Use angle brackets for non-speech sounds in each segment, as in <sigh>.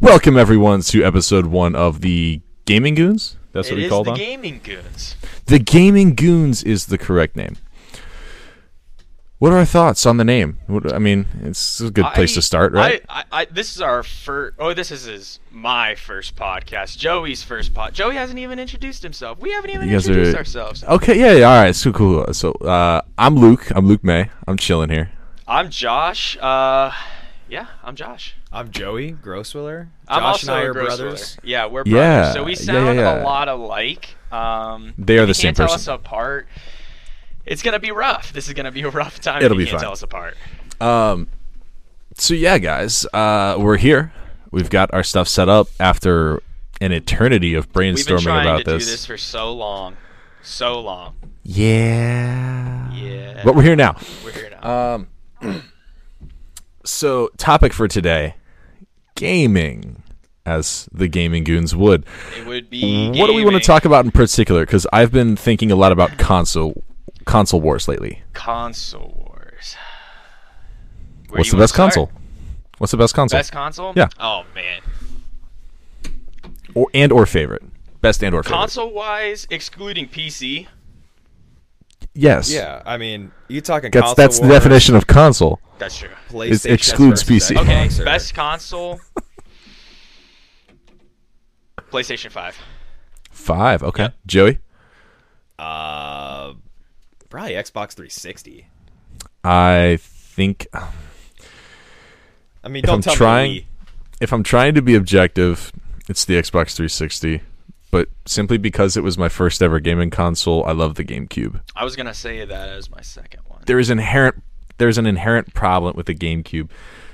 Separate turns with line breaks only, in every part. Welcome everyone to episode one of the Gaming Goons. That's what
It
we
is
call
the
them.
gaming goons.
the Gaming Goons is the correct name. What are our thoughts on the name? What, I mean, it's a good place
I-
to start, right?
I, I, I, this is our first. Oh, this is his, my first podcast. Joey's first pod. Joey hasn't even introduced himself. We haven't even
You guys are-
introduced ourselves.
okay, yeah, yeah, all right, so cool. So uh, I'm Luke. I'm Luke May. I'm chilling here.
I'm Josh. Uh, yeah, I'm Josh.
I'm Joey Grosswiller. Josh
I'm also
and I
a
are
gross
brothers.
dealer. Yeah, we're brothers.
Yeah,
So we
yeah,
sound
yeah, yeah.
a lot alike. Um,
They
if
are
you
the same
can't tell
person.
us apart. It's gonna be rough. This is gonna be a rough time.
It'll
if you
be
can't
fine.
Tell us apart.
So yeah, guys, uh, we're here. We've got our stuff set up after an eternity of
We've been
brainstorming
trying
about
to do this for so long, so long.
Yeah.
Yeah.
But we're here now.
We're here now.
So, topic for today gaming, as the gaming goons would.
it would be.
What do we want to
gaming.
talk about in particular? Because I've been thinking a lot about console console wars lately.
console wars. Where
What's the
do you wanna
best
start?
console? What's the best console?
Best console?
Yeah.
Oh man.
Or, and or favorite? Best and or favorite?
Console wise, excluding PC.
Yes.
Yeah, I mean, you talking
That's
console
that's the
wars,
definition of console.
That's true.
PlayStation
It excludes
versus
PC.
Xbox,
Okay,
or-
best console. PlayStation 5.
Five. Okay.
Yep.
Joey.
Uh, probably Xbox 360.
I think
I mean,
if
don't
I'm
tell
trying,
me.
if I'm trying to be objective, it's the Xbox 360. But simply because it was my first ever gaming console, I love the GameCube.
I was gonna say that as my second one.
There is inherent there's an inherent problem with the GameCube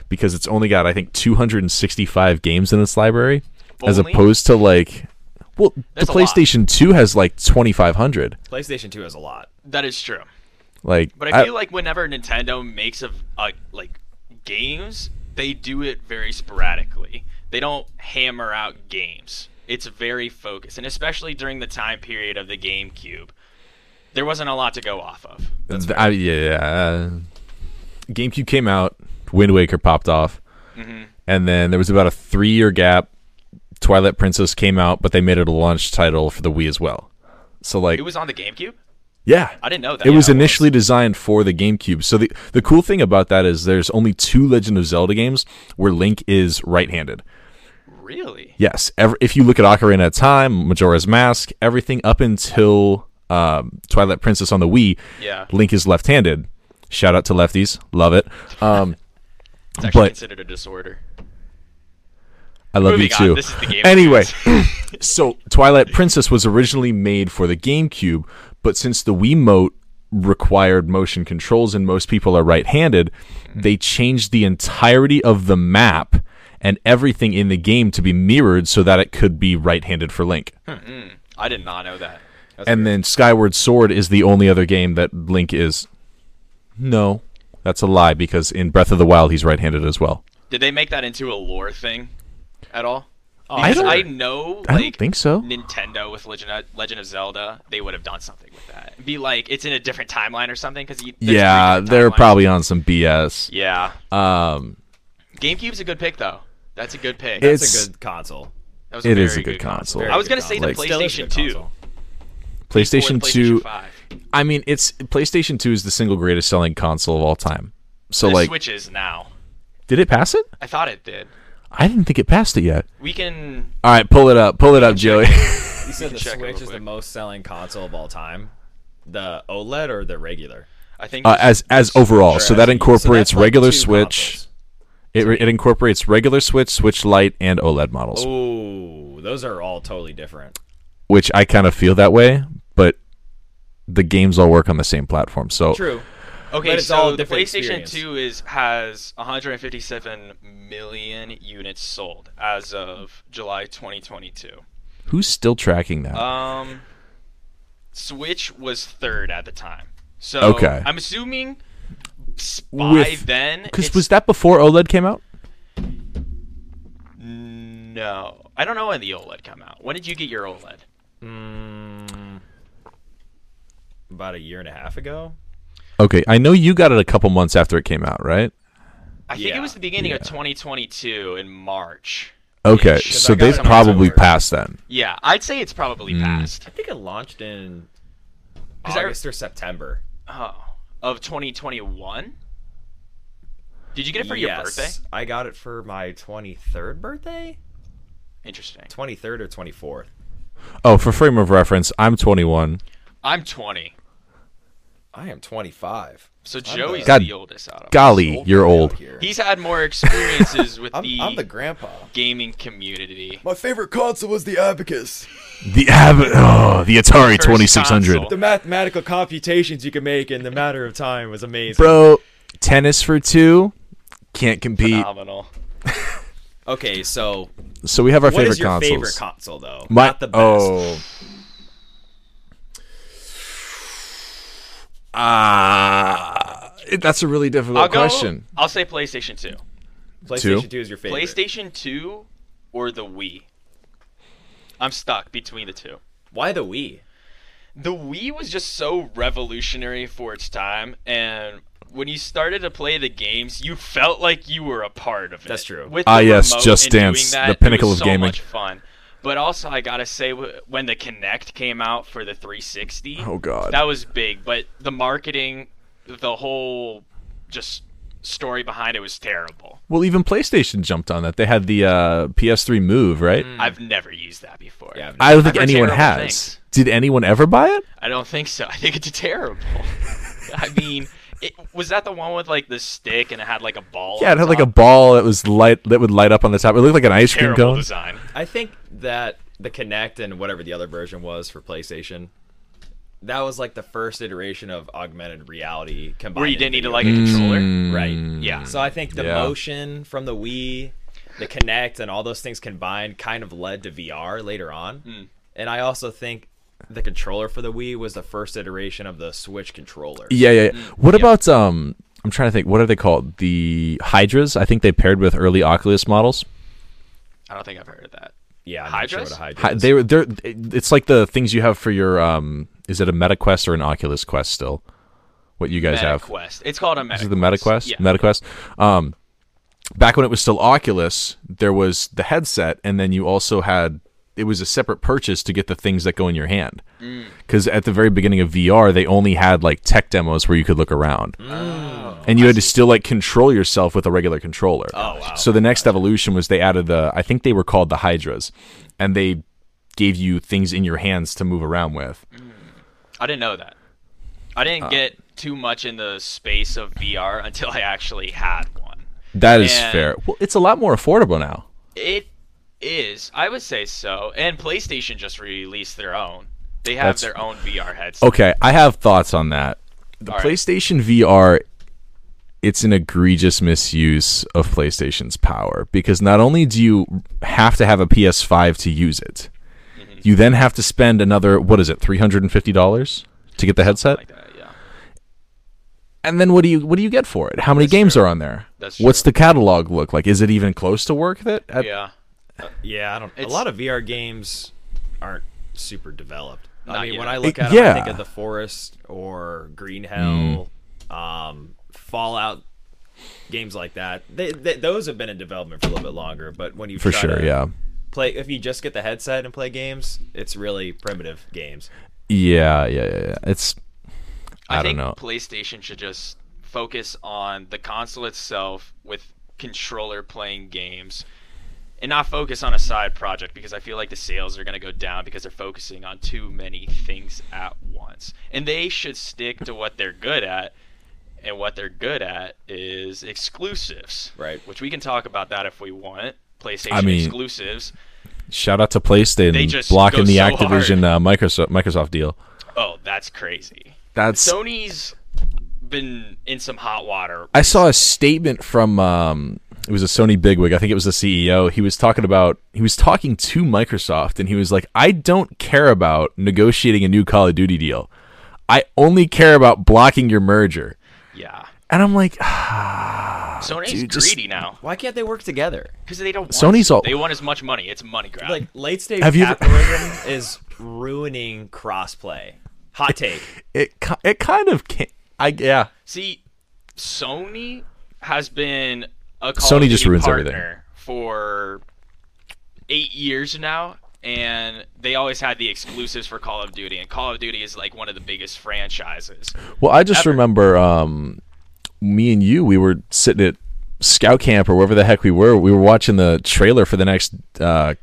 because it's only got I think 265 games in its library, as
Only?
opposed to like, well,
That's
the
a lot.
PlayStation 2 has like 2,500.
we. PlayStation 2 has a lot.
That is true.
Like,
But I feel like whenever Nintendo makes a, a like games, they do it very sporadically. They don't hammer out games. It's very focused, and especially during the time period of the GameCube, there wasn't a lot to go off of.
th- I- yeah, yeah, uh, GameCube came out, Wind Waker popped off,
Mm-hmm.
and then there was about a three-year gap. Twilight Princess came out, but they made it a launch title for the Wii as well. So like,
It was on the GameCube.
yeah,
I didn't know that.
it was
Yeah,
initially designed for the GameCube. So the the cool thing about that is there's only two Legend of Zelda games where Link is right-handed.
really.
Yes, ev if you look at Ocarina of Time, Majora's Mask, everything up until um, Twilight Princess on the Wii,
Yeah.
Link is left-handed. Shout out to lefties, love it. Um,
It's actually
but-
considered a disorder.
I love
Moving
you
on,
too.
this is the game.
anyway, <laughs> so Twilight Princess was originally made for the GameCube, but since the Wiimote required motion controls and most people are right-handed, they changed the entirety of the map and everything in the game to be mirrored so that it could be right-handed for Link.
I did not know that.
and then Skyward Sword is the only other game that Link is. No, that's a lie because in Breath of the Wild he's right-handed as well.
Did they make that into a lore thing at all?
I
Because
don't-
I know. Like,
I don't think so.
Nintendo with Legend of, Legend of Zelda, they would have done something with that. Be like, it's in a different timeline or something. Because
yeah, they're probably on some BS.
Yeah,
Um,
GameCube's a good pick though. That's a good pick.
It-
It's,
It's-
a good console.
that was
it
very
is a good console.
Very
I was
good
gonna say the
console.
Still is a
PlayStation
good
Two.
console.
PlayStation,
before the
2
5.
I mean, it's PlayStation 2 is the single greatest selling console of all time. So
the
like,
Switch is now.
did it pass it?
I thought it did.
I didn't think it passed it yet.
We can.
All right, pull it up. Pull it up, Joey. <laughs>
You said the
check it real
Switch is the
quick.
most selling console of all time. The OLED or the regular?
I think
uh, as as overall, so that
So that's
incorporates
like
regular
two
Switch. It, it incorporates regular Switch, Switch Lite, and OLED models,
consoles. Ooh, those are all totally different.
which I kind of feel that way. But the games all work on the same platform, so
True.
okay.
but it's
so
all a
the
different
PlayStation
experience.
Two is has 157 million units sold as of July 2022.
who's still tracking that?
Um, Switch was third at the time. So
Okay.
I'm assuming s- by
With-
then.
Because
it's-
was that before OLED came out?
no? I don't know when the OLED come out. When did you get your E OLED?
Hmm, About a year and a half ago.
Okay, I know you got it a couple months after it came out, right?
I think
Yeah.
it was the beginning of
Yeah.
2022 in March.
Okay,
'Cause I
so
got
they've
some
probably
somewhere.
passed then.
Yeah, I'd say it's probably
Hmm.
past.
I think it launched in
'Cause I re-
August or September.
Oh, of 2021. Did you get it for your birthday?
I got it for my 23rd birthday?
Interesting.
23rd or 24th.
Oh, for frame of reference, I'm 21.
I'm 20,
I am 25.
so Joey's
God-
the oldest out of us.
Golly, you're
Old
old.
man out here.
He's had more experiences with
I'm,
the,
I'm the grandpa.
gaming community.
My favorite console was the abacus.
The Ab- oh, the Atari
First
2600.
console.
The mathematical computations you can make in the matter of time was amazing.
Bro, tennis for two can't compete.
Phenomenal.
Okay, so
So we have our
what
favorite
is your
consoles.
favorite console though?
My-
Not the best.
Oh. Ah, it- that's a really difficult
I'll go.
question.
I'll say PlayStation 2.
PlayStation
Two.
2, is your favorite.
PlayStation 2 or the Wii? I'm stuck between the two.
Why the Wii?
the Wii was just so revolutionary for its time, and when you started to play the games, you felt like you were a part of it.
That's true.
With
Ah,
the
yes,
remote
Just
and doing
Dance,
that,
the
it
pinnacle
was
of
so
gaming.
Much fun. But also, I gotta say, w- when the Kinect came out for the 360,
Oh, God.
that was big. But the marketing, the whole just story behind it was terrible.
Well, even PlayStation jumped on that. They had the uh, PS3 Move, right?
Mm.
I've never used that before.
Hmm. Yeah,
I don't think
I've heard
anyone
terrible
has.
things.
Did anyone ever buy it?
I don't think so. I think it's terrible. I mean, it, was that the one with like the stick and it had like a ball?
Yeah,
on
it had like a
top?
ball that was light that would light up on the top. It looked like an ice cream
terrible
cone.
design.
I think that the Kinect and whatever the other version was for PlayStation, that was like the first iteration of augmented reality combined.
Where you
in
didn't need to
video.
like a
Mm.
controller.
right?
Yeah.
So I think the
Yeah.
motion from the Wii, the Kinect, and all those things combined kind of led to VR later on.
Hmm.
And I also think the controller for the Wii was the first iteration of the Switch controller.
Yeah, yeah.
Mm.
yeah. What about um? I'm trying to think. What are they called? The Hydras. I think they paired with early Oculus models.
I don't think I've heard of that.
Yeah, I'm not sure
Hydras?
what a Hydra
Hi,
is.
they were they're It's like the things you have for your um. Is it a Meta Quest or an Oculus Quest still? What you guys have?
MetaQuest. It's called a MetaQuest.
Is it the Meta Quest?
Yeah.
Meta Quest. Um, back when it was still Oculus, there was the headset, and then you also had it was a separate purchase to get the things that go in your hand. Because at the very beginning of VR, they only had like tech demos where you could look around, and you had to still like control yourself with a regular controller. Oh wow! So the next evolution was they added the I think they were called the Hydras, and they gave you things in your hands to move around with.
I didn't know that. I
Uh.
didn't get too much in the space of VR until I actually had one.
That is
And-
fair. Well, it's a lot more affordable now.
It is. I would say so. And PlayStation just released their own. They
That's-
have their own VR headset.
Okay, I have thoughts on that. The
All right.
PlayStation VR it's an egregious misuse of PlayStation's power because not only do you have to have a PS5 to use it,
Mm-hmm.
you then have to spend another what is it, three hundred and fifty dollars to get the headset,
Like that, yeah.
and then what do you what do you get for it? How many games are on there?
That's
What's the catalog look like? Is it even close to worth it? At-
Yeah.
Yeah, I don't. A
It's-
lot of VR games aren't super developed.
Not
I mean,
yet.
when I look
It-
at them,
yeah. Hmm.
I think of The Forest or Green Hell, um, Fallout games like that. They, they, those have been in development for a little bit longer. But when you
for
try
sure,
to
yeah.
play if you just get the headset and play games, it's really primitive games.
Yeah, yeah, yeah, yeah. It's I, don't
think
know.
PlayStation should just focus on the console itself with controller playing games and not focus on a side project because I feel like the sales are going to go down because they're focusing on too many things at once. And they should stick to what they're good at. And what they're good at is exclusives.
Right.
Which we can talk about that if we want. PlayStation
mean-
exclusives.
Shout out to PlayStation
They just
blocking
go
the
so
Activision uh, Microsoft Microsoft deal.
Oh, that's crazy.
That's
Sony's been in some hot water.
I saw a statement from um, it was a Sony bigwig. I think it was the CEO. He was talking about he was talking to Microsoft, and he was like, "I don't care about negotiating a new Call of Duty deal. I only care about blocking your merger."
Yeah.
And I'm like, <sighs> "Ah,
Sony's
dude, just-
greedy now
Why can't they work together?
because they don't. Want
Sony's
to.
all-
They want as much money. It's a money grab.
Like late stage
Have you ever-
capitalism is ruining crossplay. Hot take.
it ki- it kind of can I yeah.
see, Sony has been a Call
Sony
of
just
Duty
ruins
partner
everything.
for eight years now, and they always had the exclusives for Call of Duty, and Call of Duty is like one of the biggest franchises.
Well, I just remember um, me and you, we were sitting at scout camp or wherever the heck we were. We were watching the trailer for the next uh,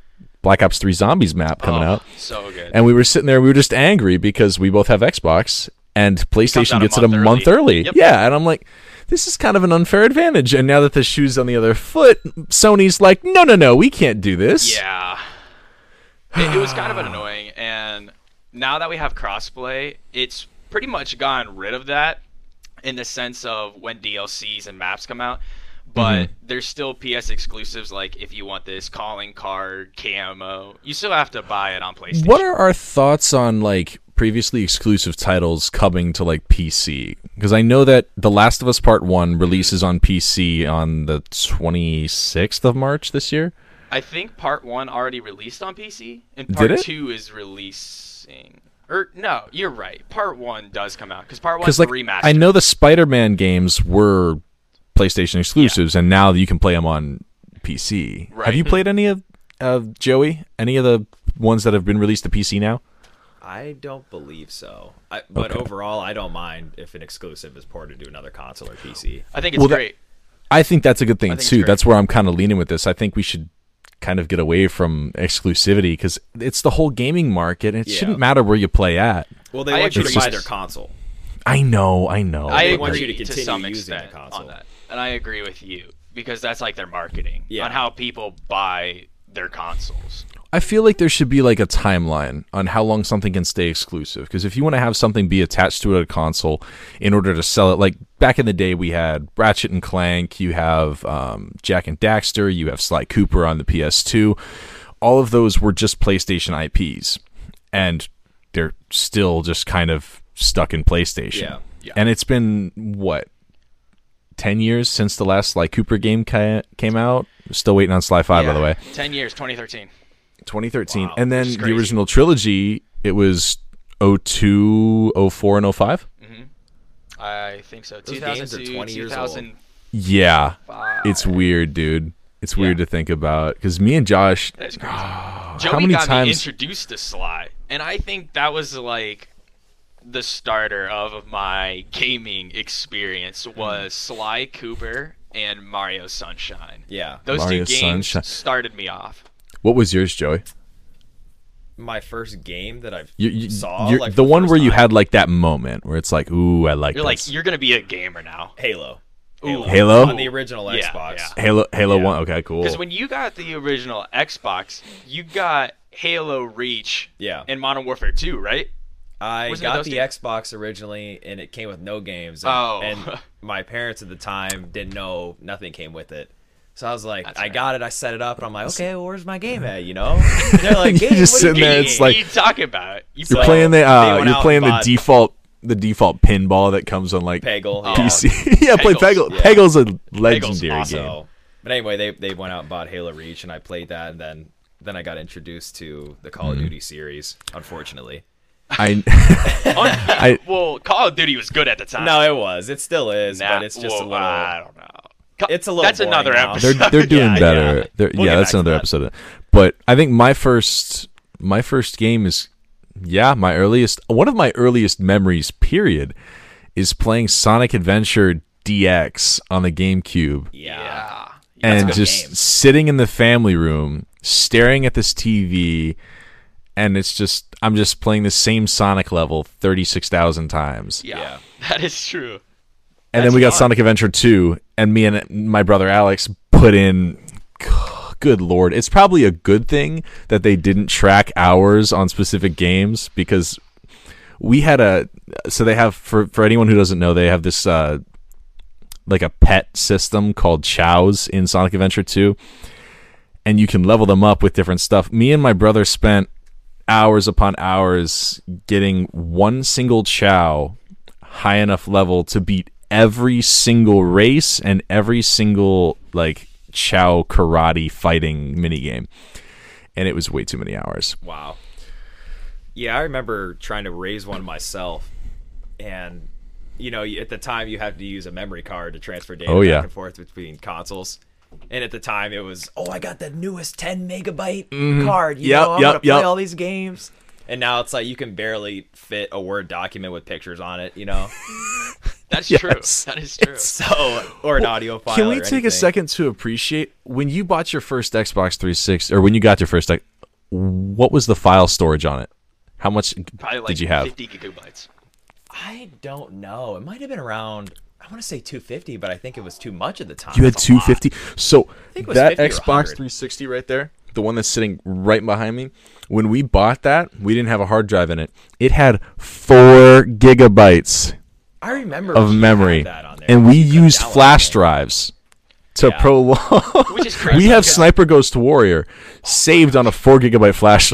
Black Ops 3 Zombies map coming
Oh,
out.
so good.
And we were sitting there and we were just angry because we both have Xbox and PlayStation
out a
gets it a
month
month
early.
early.
Yep.
Yeah. And I'm like, this is kind of an unfair advantage. And now that the shoe's on the other foot, Sony's like, no, no, no, we can't do this.
Yeah. It, it was
<sighs>
kind of annoying, and now that we have crossplay, it's pretty much gotten rid of that in the sense of when DLCs and maps come out. But
Mm-hmm.
there's still PS exclusives like if you want this calling card, camo, you still have to buy it on PlayStation.
What are our thoughts on like previously exclusive titles coming to like PC? Because I know that The Last of Us Part One releases on PC on the twenty sixth of March this year.
I think part one already released on PC, and
Did
part
it?
two is releasing. Or no, you're right. Part one does come out because part
Because
one's the
like
remaster.
I know the Spider Man games were PlayStation exclusives, and now you can play them on PC. Have
Right.
you played any of of Joey? Any of the ones that have been released to PC now?
I don't believe so. I, but
Okay.
overall, I don't mind if an exclusive is ported to another console or PC.
I think it's
well, that-
great.
I think that's a good thing
think it's
too.
great.
That's where I'm kind of leaning with this. I think we should kind of get away from exclusivity because it's the whole gaming market, and it
Yeah.
shouldn't matter where you play at.
Well, they
I
want you to
agree.
buy their console.
I know, I know.
I
they
agree
want you to
to,
continue
some
using the
extent
console.
on that, and I agree with you because that's like their marketing
Yeah.
on how people buy their consoles.
I feel like there should be like a timeline on how long something can stay exclusive. Because if you want to have something be attached to a console in order to sell it, like back in the day, we had Ratchet and Clank, you have um, Jack and Daxter, you have Sly Cooper on the PS2. All of those were just PlayStation IPs, and they're still just kind of stuck in PlayStation.
Yeah, yeah.
And it's been what ten years since the last Sly Cooper game ca- came out. Still waiting on Sly Five, by the way.
ten years, 2013.
2013 and then
which is
the
crazy.
original trilogy it was 02 04 and 05
I think so.
Those
2002,
games are 20 years old.
2005.
yeah it's weird dude it's weird to think about because me and josh
That's crazy. Joey
many
got
times-
me introduced to Sly, and I think that was like the starter of my gaming experience was Sly Cooper and Mario Sunshine.
Mm-hmm. Yeah.
Those
Mario
two games
Sunshine.
started me off.
what was yours joey
My first game that I've
you, you,
saw
you're-
like,
the
for
one
first
where you
time,
had like that moment where it's like ooh i like
You're
this
like, you're gonna be a gamer now.
Halo.
Ooh.
Halo?
on the original
Yeah,
Xbox.
yeah.
halo halo 1 okay cool
Because when you got the original Xbox, you got Halo Reach
Yeah.
and Modern Warfare 2, right?
I
Wasn't it
got
those
the
two?
Xbox originally, and it came with no games. And,
Oh. <laughs>
and my parents at the time didn't know nothing came with it. So I was like,
That's
I
right.
got it. I set it up, and I'm like, okay, well, where's my game at?
<laughs>
You know? They're like,
You're
game,
just
what do
sitting
you
there,
mean?"
it's
What
like-
are you talking about? You
you're
so
playing the
they
uh,
went
you're
out
playing
and
the
bought-
default the default pinball that comes on like
Peggle. yeah.
pc <laughs> yeah play
Peggles,
peggle
yeah.
peggle's a legendary
So,
game
but anyway, they they went out and bought Halo Reach, and I played that, and then then I got introduced to the Call
Mm-hmm.
of Duty series. Unfortunately,
i <laughs>
I, well, Call of Duty was good at the time.
no, it was, it still is,
Nah,
but it's just
well, uh,
a little.
I don't know. Co-
It's a little
That's
boring
another
now. <laughs>
they're
episode. <laughs>
they're doing
yeah.
better. Yeah, they're,
We'll
yeah
get
that's
back to
another
that.
episode. of- But I think my first my first game is yeah my earliest one of my earliest memories period is playing Sonic Adventure DX on the GameCube
yeah.
yeah.
and
good
just
game.
sitting in the family room staring at this TV and it's just I'm just playing the same Sonic level thirty six thousand times.
yeah.
Yeah.
<laughs> That is true.
and then we got
fun.
Sonic Adventure 2, and me and my brother Alex put in. Good lord, it's probably a good thing that they didn't track hours on specific games because we had a. So they have for for anyone who doesn't know, they have this uh, like a pet system called Chows in Sonic Adventure 2, and you can level them up with different stuff. Me and my brother spent hours upon hours getting one single Chow high enough level to beat every single race and every single like Chow karate fighting minigame. And it was way too many hours.
Wow. Yeah, I remember trying to raise one myself, and you know, you- at the time you have to use a memory card to transfer data
Oh,
back
yeah.
and forth between consoles. And at the time, it was, oh, I got the newest 10 megabyte card. You
Mm-hmm. Yep,
know, I'm
yep,
gonna play
yep.
all these games. And now it's like you can barely fit a word document with pictures on it,
<laughs>
you know.
That's
Yes.
true. That is true.
So or an audio file.
Can we
or
take
anything.
a second to appreciate when you bought your first Xbox 360 or when you got your first? X- What was the file storage on it? How much
Probably like
did you have?
50 gigabytes.
I don't know. It might have been around. I want to say 250, but I think it was too much at the time.
You had
That's a lot.
250. So
think it was
that
50 or
Xbox
100.
360 right there, the one that's sitting right behind me, when we bought that, we didn't have a hard drive in it. It had four gigabytes
I remember
of
you had
memory,
that on there.
and we
You could
used
download
flash
it.
drives to
Yeah.
prolong.
Which is
<laughs>
crazy.
we have
because
Sniper Ghost Warrior saved on a four gigabyte flash.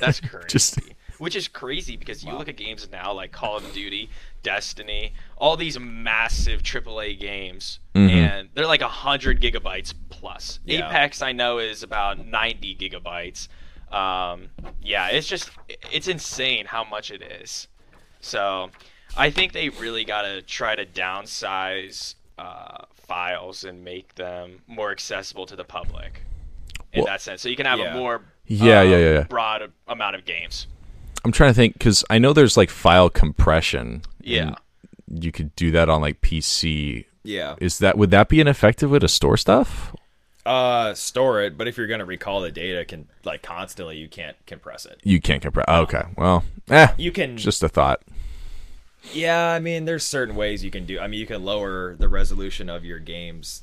That's crazy.
Just-
Which is crazy because you look at games now like Call of Duty, Destiny, all these massive AAA games, and they're like 100 gigabytes plus.
Yeah.
Apex, I know, is about 90 gigabytes. Um, yeah, it's just, it's insane how much it is. So I think they really got to try to downsize uh, files and make them more accessible to the public in
Well,
that sense. So you can have
yeah.
a more
Yeah,
um,
yeah, yeah, yeah.
broad a- amount of games.
<laughs> I'm trying to think because I know there's like file compression.
Yeah.
and you could do that on like PC.
Yeah.
Is that would that be an effective way to store stuff?
Uh, store it, but if you're gonna recall the data, can like constantly, you can't compress it.
You can't compress. Okay. Well, eh.
You can.
just a thought.
yeah, I mean, there's certain ways you can do. I mean, you can lower the resolution of your game's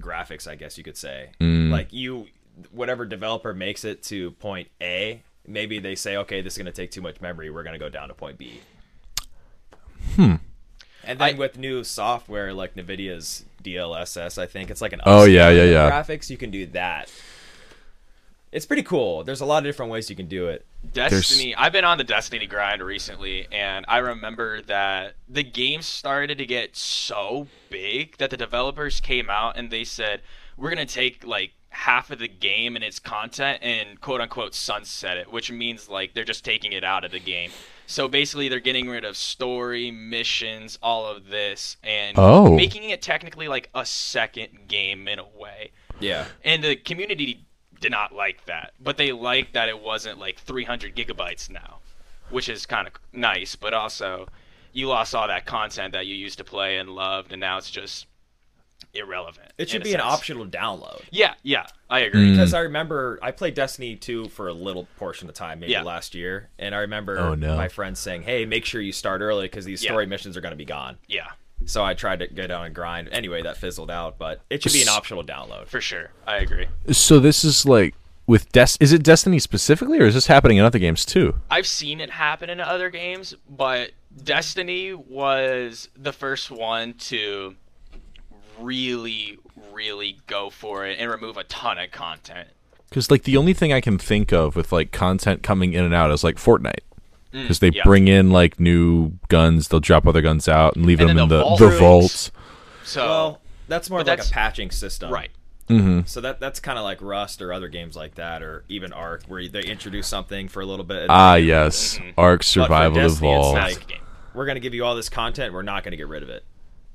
graphics. I guess you could say,
Mm.
like you, whatever developer makes it to point A, maybe they say, okay, this is gonna take too much memory. We're gonna go down to point B. Hmm. And then with new software like NVIDIA's DLSS, I think it's like an
Oh, yeah,
upscaling
yeah,
of
yeah.
graphics. You can do that. It's pretty cool. There's a lot of different ways you can do it.
Destiny. I've been on the Destiny grind recently, and I remember that the game started to get so big that the developers came out and they said, "We're gonna take like." half of the game and its content and quote unquote sunset it which means like they're just taking it out of the game so basically they're getting rid of story missions all of this and
Oh.
making it technically like a second game in a way
Yeah.
And the community did not like that, but they liked that it wasn't like 300 gigabytes now, which is kind of nice, but also you lost all that content that you used to play and loved, and now it's just irrelevant.
It should
in a
be an
sense.
optional download.
Yeah, yeah, I agree.
Because I remember I played Destiny 2 for a little portion of time, maybe
Yeah.
last year. And I remember
Oh, no.
my friend saying, hey, make sure you start early because these
Yeah.
story missions are going to be gone.
Yeah,
So I tried to go down and grind. Anyway, that fizzled out, but it should be an optional download.
for sure. I agree.
So this is like with Des. Is it Destiny specifically, or is this happening in other games too?
I've seen it happen in other games, but Destiny was the first one to really, really go for it and remove a ton of content.
Because like the only thing I can think of with like content coming in and out is like Fortnite. Because they
Mm, yeah.
bring in like new guns, they'll drop other guns out and leave
And
them
then
in
the
the
vault
the
rooms.
vault.
So
Well, that's more of
But
like
that's-
a patching system.
Right.
So that that's kind of like Rust or other games like that, or even Ark, where they introduce something for a little bit. and
Uh,
Ah,
Mm-hmm.
yes, Ark Survival
Destiny, it's
Evolved.
not-
Massive game.
we're gonna give you all this content. We're not gonna get rid of it.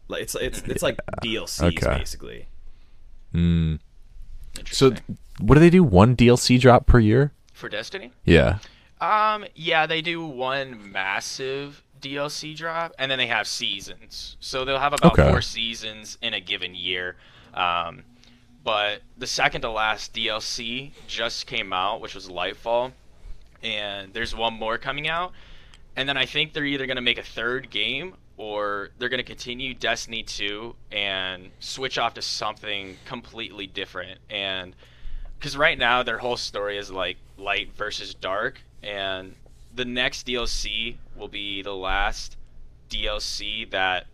Like it's it's it's like DLCs
Okay.
basically.
So,
Interesting.
th- what do they do? One DLC drop per year?
for Destiny,
Yeah.
um, yeah, they do one massive DLC drop, and then they have seasons. So they'll have about
Okay.
four seasons in a given year. Um, but the second to last DLC just came out, which was Lightfall, and there's one more coming out. And then I think they're either going to make a third game or they're going to continue Destiny 2 and switch off to something completely different. And because right now their whole story is like light versus dark, and the next DLC will be the last DLC that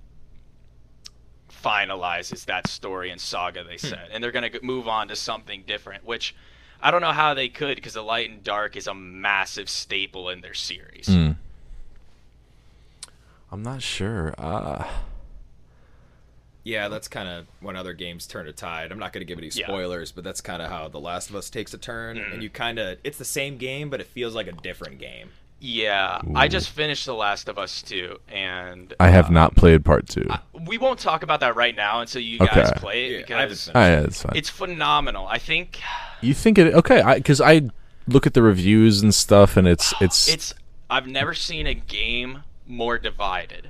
finalizes that story and saga they
Hmm.
said and they're going to move on to something different which i don't know how they could because the light and dark is a massive staple in their series
Hmm. I'm not sure. Uh,
Yeah, that's kind of when other games turn a tide. I'm not going to give any
Yeah. Mm.
spoilers, but that's kind of how The Last of Us takes a turn, and you kind of it's the same game, but it feels like a different game.
Yeah, I just finished The Last of Us 2, and
I have not played part two.
we won't talk about that right now until you
Okay.
guys play it
Yeah, I haven't
because
finished.
Ah, yeah, that's fine.
it's phenomenal. I think
you think it okay? Because I, look at the reviews and stuff, and
<gasps>
it's it's,
it's I've never seen a game more divided.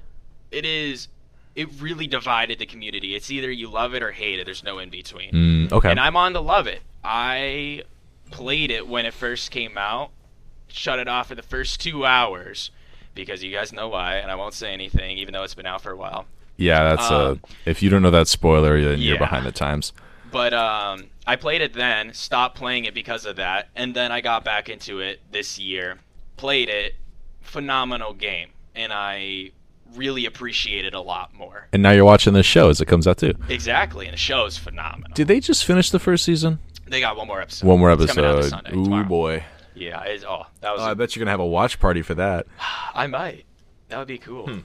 It is it really divided the community. It's either you love it or hate it. There's no in between.
Mm, okay.
And I'm on to love it. I played it when it first came out, shut it off for the first two hours because you guys know why, and I won't say anything, even though it's been out for a while.
yeah, that's
um,
a. If you don't know that spoiler, then you're
Yeah.
behind the times.
But um, I played it then, stopped playing it because of that, and then I got back into it this year. Played it, phenomenal game, and I really appreciate it a lot more.
And now you're watching this show as it comes out too.
Exactly, and the show is phenomenal.
Did they just finish the first season?
They got one more episode.
One more
It's
episode.
coming out this Sunday,
Ooh
tomorrow.
boy.
Yeah, it's, oh, that was.
Oh, I
I
bet you're gonna have a watch party for that.
might. That would be cool.
Hmm.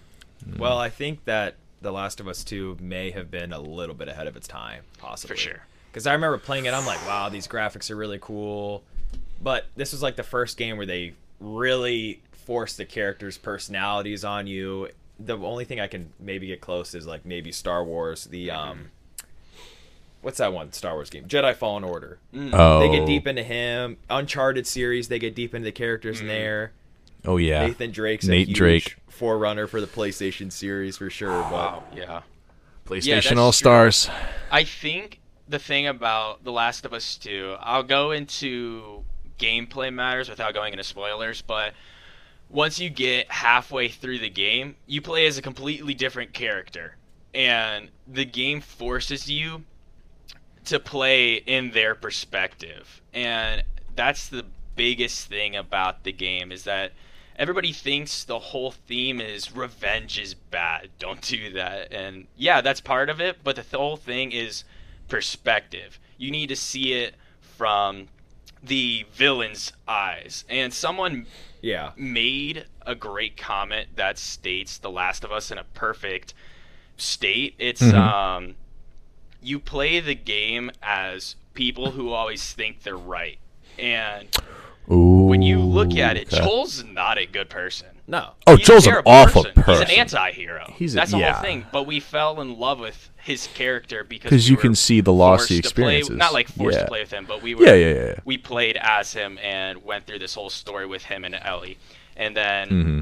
Well, I think that The Last of Us 2 may have been a little bit ahead of its time, possibly.
sure.
Because I remember playing it, I'm like, wow, these graphics are really cool. But this was like the first game where they really forced the characters' personalities on you. The only thing I can maybe get close is like maybe Star Wars, the um what's that one Star Wars game? Jedi Fallen Order.
Oh,
Mm.
They get deep into him. Uncharted series, they get deep into the characters in there.
oh yeah.
Nathan Drake's a
Nate
huge
Drake.
forerunner for the PlayStation series for sure. But
Yeah. that's
PlayStation
true.
All Stars.
I think the thing about The Last of Us 2, I'll go into gameplay matters without going into spoilers, but once you get halfway through the game, you play as a completely different character. And the game forces you to play in their perspective. And that's the biggest thing about the game is that everybody thinks the whole theme is revenge is bad. <laughs> Don't do that. And yeah, that's part of it, but the whole thing is perspective. You need to see it from the villain's eyes. And someone
yeah,
made a great comment that states The Last of Us in a perfect state. It's um you play the game as people who always think they're right. And
Ooh.
when you look at it,
okay.
Joel's not a good person.
no,
oh,
He's a
Joel's an
terrible
awful person.
He's an anti-hero.
He's a-
That's the
yeah.
whole thing. But we fell in love with his character because
'Cause
we
you
were
can see the loss
forced
he
to play-
experiences.
not like forced
Yeah.
to play with him, but we were
yeah, yeah, yeah. yeah.
we played as him and went through this whole story with him and Ellie. And then,
Mm-hmm.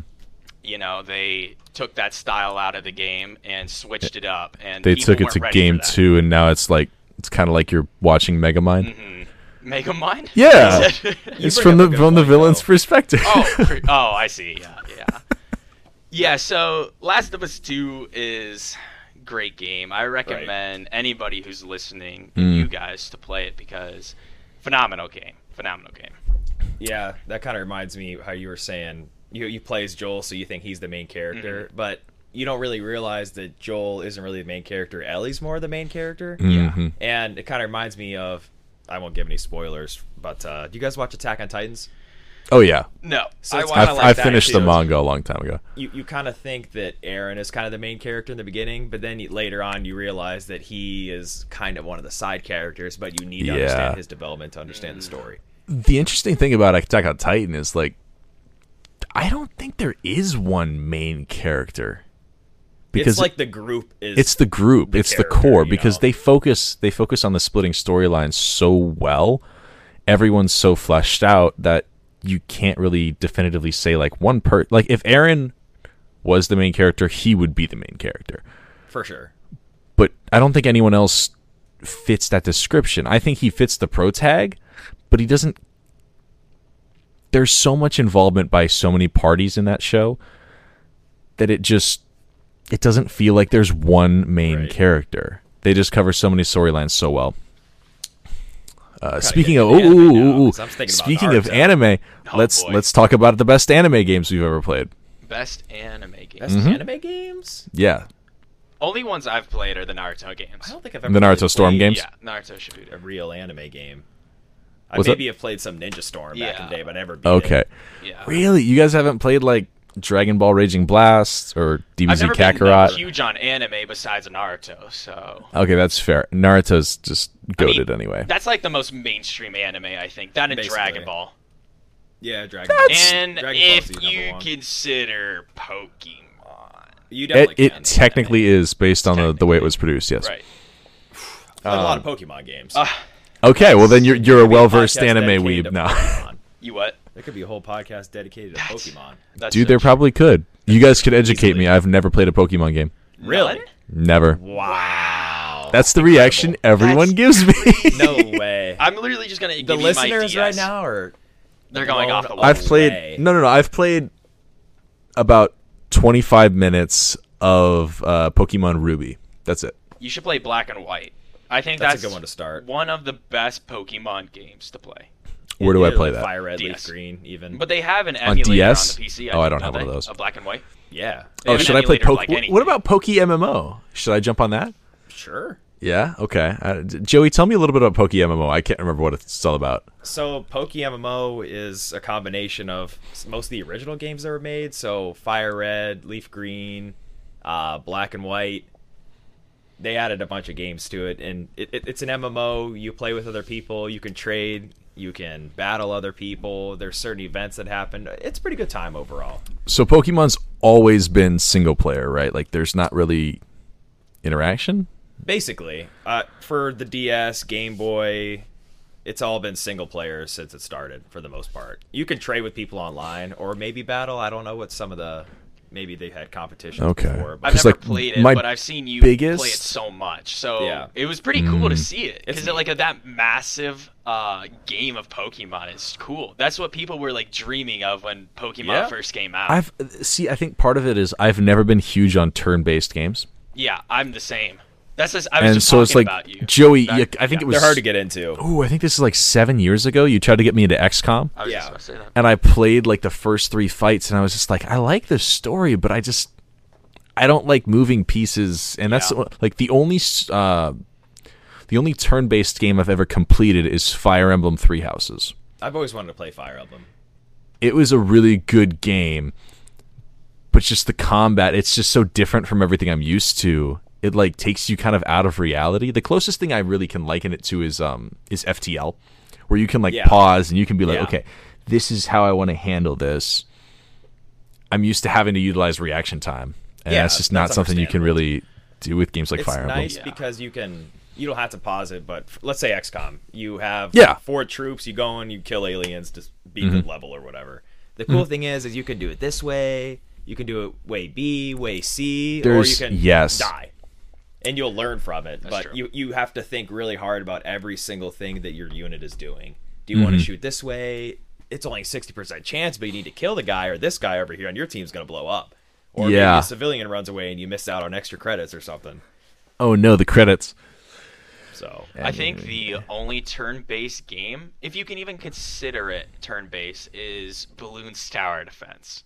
you know, they took that style out of the game and switched it up. And
They
people
took it
weren't
to
ready
game
for that.
two, and now it's like it's kind of like you're watching Megamind.
Mm-hmm. Mega Mind. <laughs>
Yeah.
You
It's
bring
from
up
the
a good
from the
point,
villain's
though.
perspective. <laughs>
oh, pre- oh, I see. Yeah, yeah, yeah. So, Last of Us Two is great game. I recommend anybody who's listening,
Hmm.
you guys, to play it because phenomenal game, phenomenal game.
yeah, that kind of reminds me how you were saying you you play as Joel, so you think he's the main character, but you don't really realize that Joel isn't really the main character. Ellie's more the main character.
Mhm.
and it kind of reminds me of I won't give any spoilers, but uh, do you guys watch Attack on Titans?
Oh yeah,
No,
So
I
it's
watched.
I,
Kinda
have
like
I
that
finished the
too.
manga a long time ago.
you, you kind of think that Aaron is kind of the main character in the beginning, but then you, later on you realize that he is kind of one of the side characters, but you need to
Yeah.
understand his development to understand the story.
The interesting thing about Attack on Titan is like, I don't think there is one main character because
it's like the group is
it's the group, it's the
character,
core
you
because
know?
they focus they focus on the splitting storylines so well. Everyone's so fleshed out that you can't really definitively say like one per like if Aaron was the main character, he would be the main character.
for sure.
but I don't think anyone else fits that description. I think he fits the pro tag, but he doesn't. There's so much involvement by so many parties in that show that it just it doesn't feel like there's one main
Right.
character. They just cover so many storylines so well. Uh, speaking
get
of
into
ooh,
anime
ooh,
now,
ooh, ooh.
'cause I'm thinking about
speaking of
Naruto.
anime,
Oh,
let's
boy.
let's talk about the best anime games we've ever played.
Best anime game.
Best
Mm-hmm.
anime games?
Yeah,
Only ones I've played are the Naruto games.
I don't think I've ever
the
really
Naruto Storm
played
games.
Yeah, Naruto Shippuden.
A real anime game. I
Was
maybe
it-
have played some Ninja Storm back in the
Yeah.
day, but I never. Beat it.
Okay.
Yeah.
Really? You guys haven't played like Dragon Ball Raging Blast or
I've
DBZ
never been that
Kakarot?
huge on anime besides Naruto, so
okay, that's fair. Naruto's just
I mean,
goaded anyway.
That's like the most mainstream anime, I think. That and
Basically.
Dragon Ball.
Yeah, Dragon. Ball.
And
Dragon Ball Z
if
number
you
one.
consider Pokemon,
you
It,
definitely
it
can.
technically is based on the, the way it was produced. Yes.
right?
Like a lot
um,
of Pokemon games.
Okay. Well, then you're you're a well versed
Podcast
uh, anime
dedicated
weeb
to
now,
Pokemon.
You what?
There could be a whole podcast dedicated to Pokemon.
<laughs>
That's
dude. There
such-
probably could. You guys could educate me. I've never played a Pokemon game.
Really?
None?
Never.
Wow.
That's the reaction everyone gives me.
<laughs> no way.
I'm literally just gonna give
the
you my
listeners right
DS.
now are
They're going
blown
off the
up.
<laughs>
wall.
I've played
way.
no no no. I've played about 25 minutes of uh, Pokemon Ruby. That's it.
You should play Black and White. I think
That's
that's,
a good one to start.
One of the best Pokemon games to play.
Where do I
either
play
like
that?
Fire Red, Leaf
DS.
Green, even.
But they have an emulator on,
DS?
the PC.
Oh, I
think,
don't have one of
they?
those.
A Black and White.
yeah.
They
Oh,
have an
should I play
emulator of,
Poke?
like,
wh-
anything.
what about Poke MMO? Should I jump on that?
Sure.
Yeah. Okay. Uh, d- Joey, tell me a little bit about Poke MMO. I can't remember what it's all about.
So Poke MMO is a combination of s- most of the original games that were made. So Fire Red, Leaf Green, uh, Black and White. They added a bunch of games to it, and it, it, it's an MMO. You play with other people. You can trade. You can battle other people. There's certain events that happen. It's a pretty good time overall.
So Pokemon's always been single player, right? Like there's not really interaction.
Basically, uh, for the DS, Game Boy, it's all been single player since it started for the most part. You can trade with people online or maybe battle. I don't know what some of the maybe they had competitions
Okay.
before, but
I've
It's
never
like
played it,
my
but I've seen you
biggest-
play it so much. So
Yeah.
it was pretty cool to see it
It's
because like that massive uh, game of Pokemon is cool. That's what people were like dreaming of when Pokemon
Yeah.
first came out.
I've see. I think part of it is I've never been huge on turn-based games,
yeah, I'm the same. That's just, I was
and
just
so it's
talking
like
about you.
Joey.
Back-
yeah, I think it was.
they're hard to get into.
Ooh, I think this is like seven years ago. You tried to get me into XCOM.
I was
Yeah.
just about to say that.
and I played like the first three fights, and I was just like, I like this story, but I just I don't like moving pieces, and that's
Yeah.
like the only s- uh, the only turn based game I've ever completed is Fire Emblem Three Houses.
I've always wanted to play Fire Emblem.
It was a really good game, but just the combat, it's just so different from everything I'm used to. It like takes you kind of out of reality. The closest thing I really can liken it to is um is FTL, where you can like
Yeah.
pause and you can be like,
Yeah.
okay, this is how I want to handle this. I'm used to having to utilize reaction time, and
Yeah,
that's just not
that's
something you can
understandable.
really do with games like
It's
Fire Emblem.
nice because you can you don't have to pause it, but f- let's say XCOM, you have
Yeah. Mm-hmm.
four troops, you go and you kill aliens to s- beat the level or whatever. The cool thing is is you can do it this way, you can do it way B, way C,
There's-
or you can
yes.
die. And you'll learn from it, but
true.
you you have to think really hard about every single thing that your unit is doing. Do you want
Mm-hmm.
to shoot this way? It's only sixty percent chance, but you need to kill the guy or this guy over here, and your team's gonna blow up. Or
Yeah.
maybe a civilian runs away and you miss out on extra credits or something.
Oh no, the credits.
So
I think the only turn-based game, if you can even consider it turn-based, is Balloon's Tower Defense.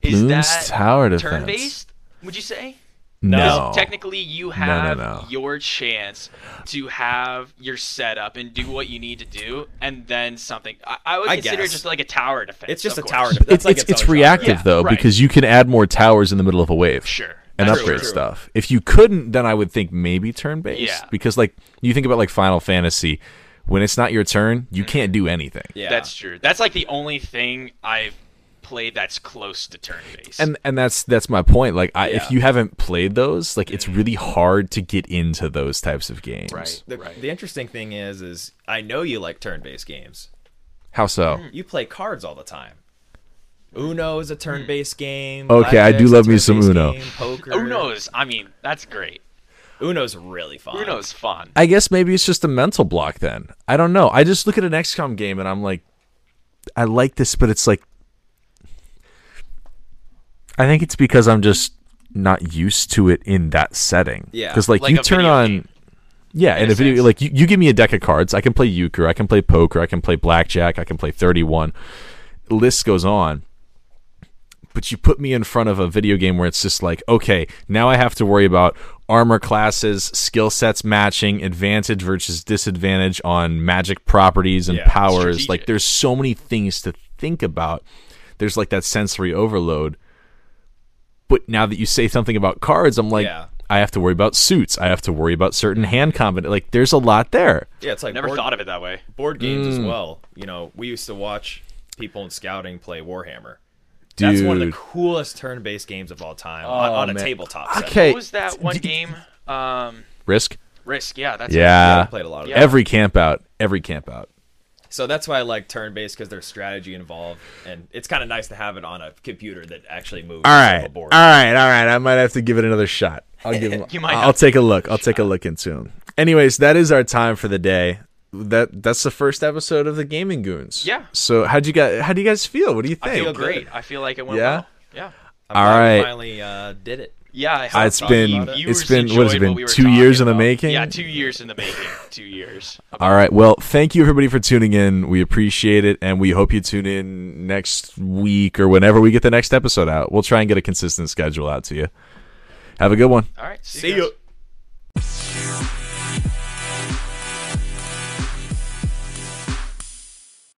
Is
Balloon's
that
Tower Defense.
turn-based? Would you say?
No,
Technically, you have
no.
your chance to have your setup and do what you need to do, and then something. I, I would
I
consider it
guess.
just like a tower defense.
It's just a
of
tower.
course.
That's
it's
like
it's,
its,
it's
own genre.
reactive
Yeah,
though
right.
because you can add more towers in the middle of a wave.
Sure.
and
That's
upgrade
true.
stuff. If you couldn't, then I would think maybe turn based.
Yeah.
Because like you think about like Final Fantasy, when it's not your turn, you
Mm-hmm.
can't do anything.
Yeah,
That's true. That's like the only thing I've played that's close to turn-based.
And and that's that's my point. Like I, if
Yeah.
you haven't played those, like it's really hard to get into those types of games.
Mm-hmm. Right.
the, the interesting thing is, is I know you like turn-based games.
How
Mm.
so?
You play cards all the time. Uno is a turn-based game.
Okay, I do
Blackjack's a
love me some
turn-based
Uno.
game, Poker.
Who knows? I mean, that's great.
Uno's really fun.
Who knows? Fun.
I guess maybe it's just a mental block then. I don't know. I just look at an XCOM game and I'm like, I like this, but it's like, I think it's because I'm just not used to it in that setting.
Yeah,
Because like,
like
you
a
turn
video
on,
game,
yeah, and
a
if video
sense.
like you, you give me a deck of cards, I can play euchre, I can play poker, I can play blackjack, I can play thirty one. List goes on. But you put me in front of a video game where it's just like, okay, now I have to worry about armor classes, skill sets matching, advantage versus disadvantage on magic properties and
Yeah,
powers. Like
strategic.
there's so many things to think about. There's like that sensory overload. But now that you say something about cards, I'm like,
Yeah.
I have to worry about suits. I have to worry about certain hand combat. Like, there's a lot there.
Yeah, it's like
Never
board,
Mm.
thought of it that way.
board games as well. You know, we used to watch people in scouting play Warhammer.
Dude.
That's one of the coolest turn-based games of all time on,
Oh,
on a
man.
tabletop. Set.
Okay.
What was that one game? Um,
Risk.
Risk. Yeah, that's
Yeah.
I played a lot of
Yeah.
that.
Every camp out. Every camp out.
So that's why I like turn-based because there's strategy involved, and it's kind of nice to have it on a computer that actually moves.
All right.
A
All
board.
right. All right. I might have to give it another shot. I'll give <laughs> him,
You might
I'll
have
take a look. I'll take a look into him. Anyways, that is our time for the day. That that's the first episode of the Gaming Goons.
Yeah.
So how would you guys how do you guys feel? What do you
I
think?
feel great. I feel like it went
Yeah?
well. Yeah.
I'm
All
glad we
right.
Finally uh, did it.
Yeah, I
Uh,
hope
it's
so.
been
You- you
it's
were
been what has
enjoyed
it been
we were
two
talking
years in the
about.
making.
Yeah, two years in the making.
<laughs>
Two years.
All right. Well, thank you everybody for tuning in. We appreciate it, and we hope you tune in next week or whenever we get the next episode out. We'll try and get a consistent schedule out to you. Have a good one.
All right. See,
See
you. guys.
you.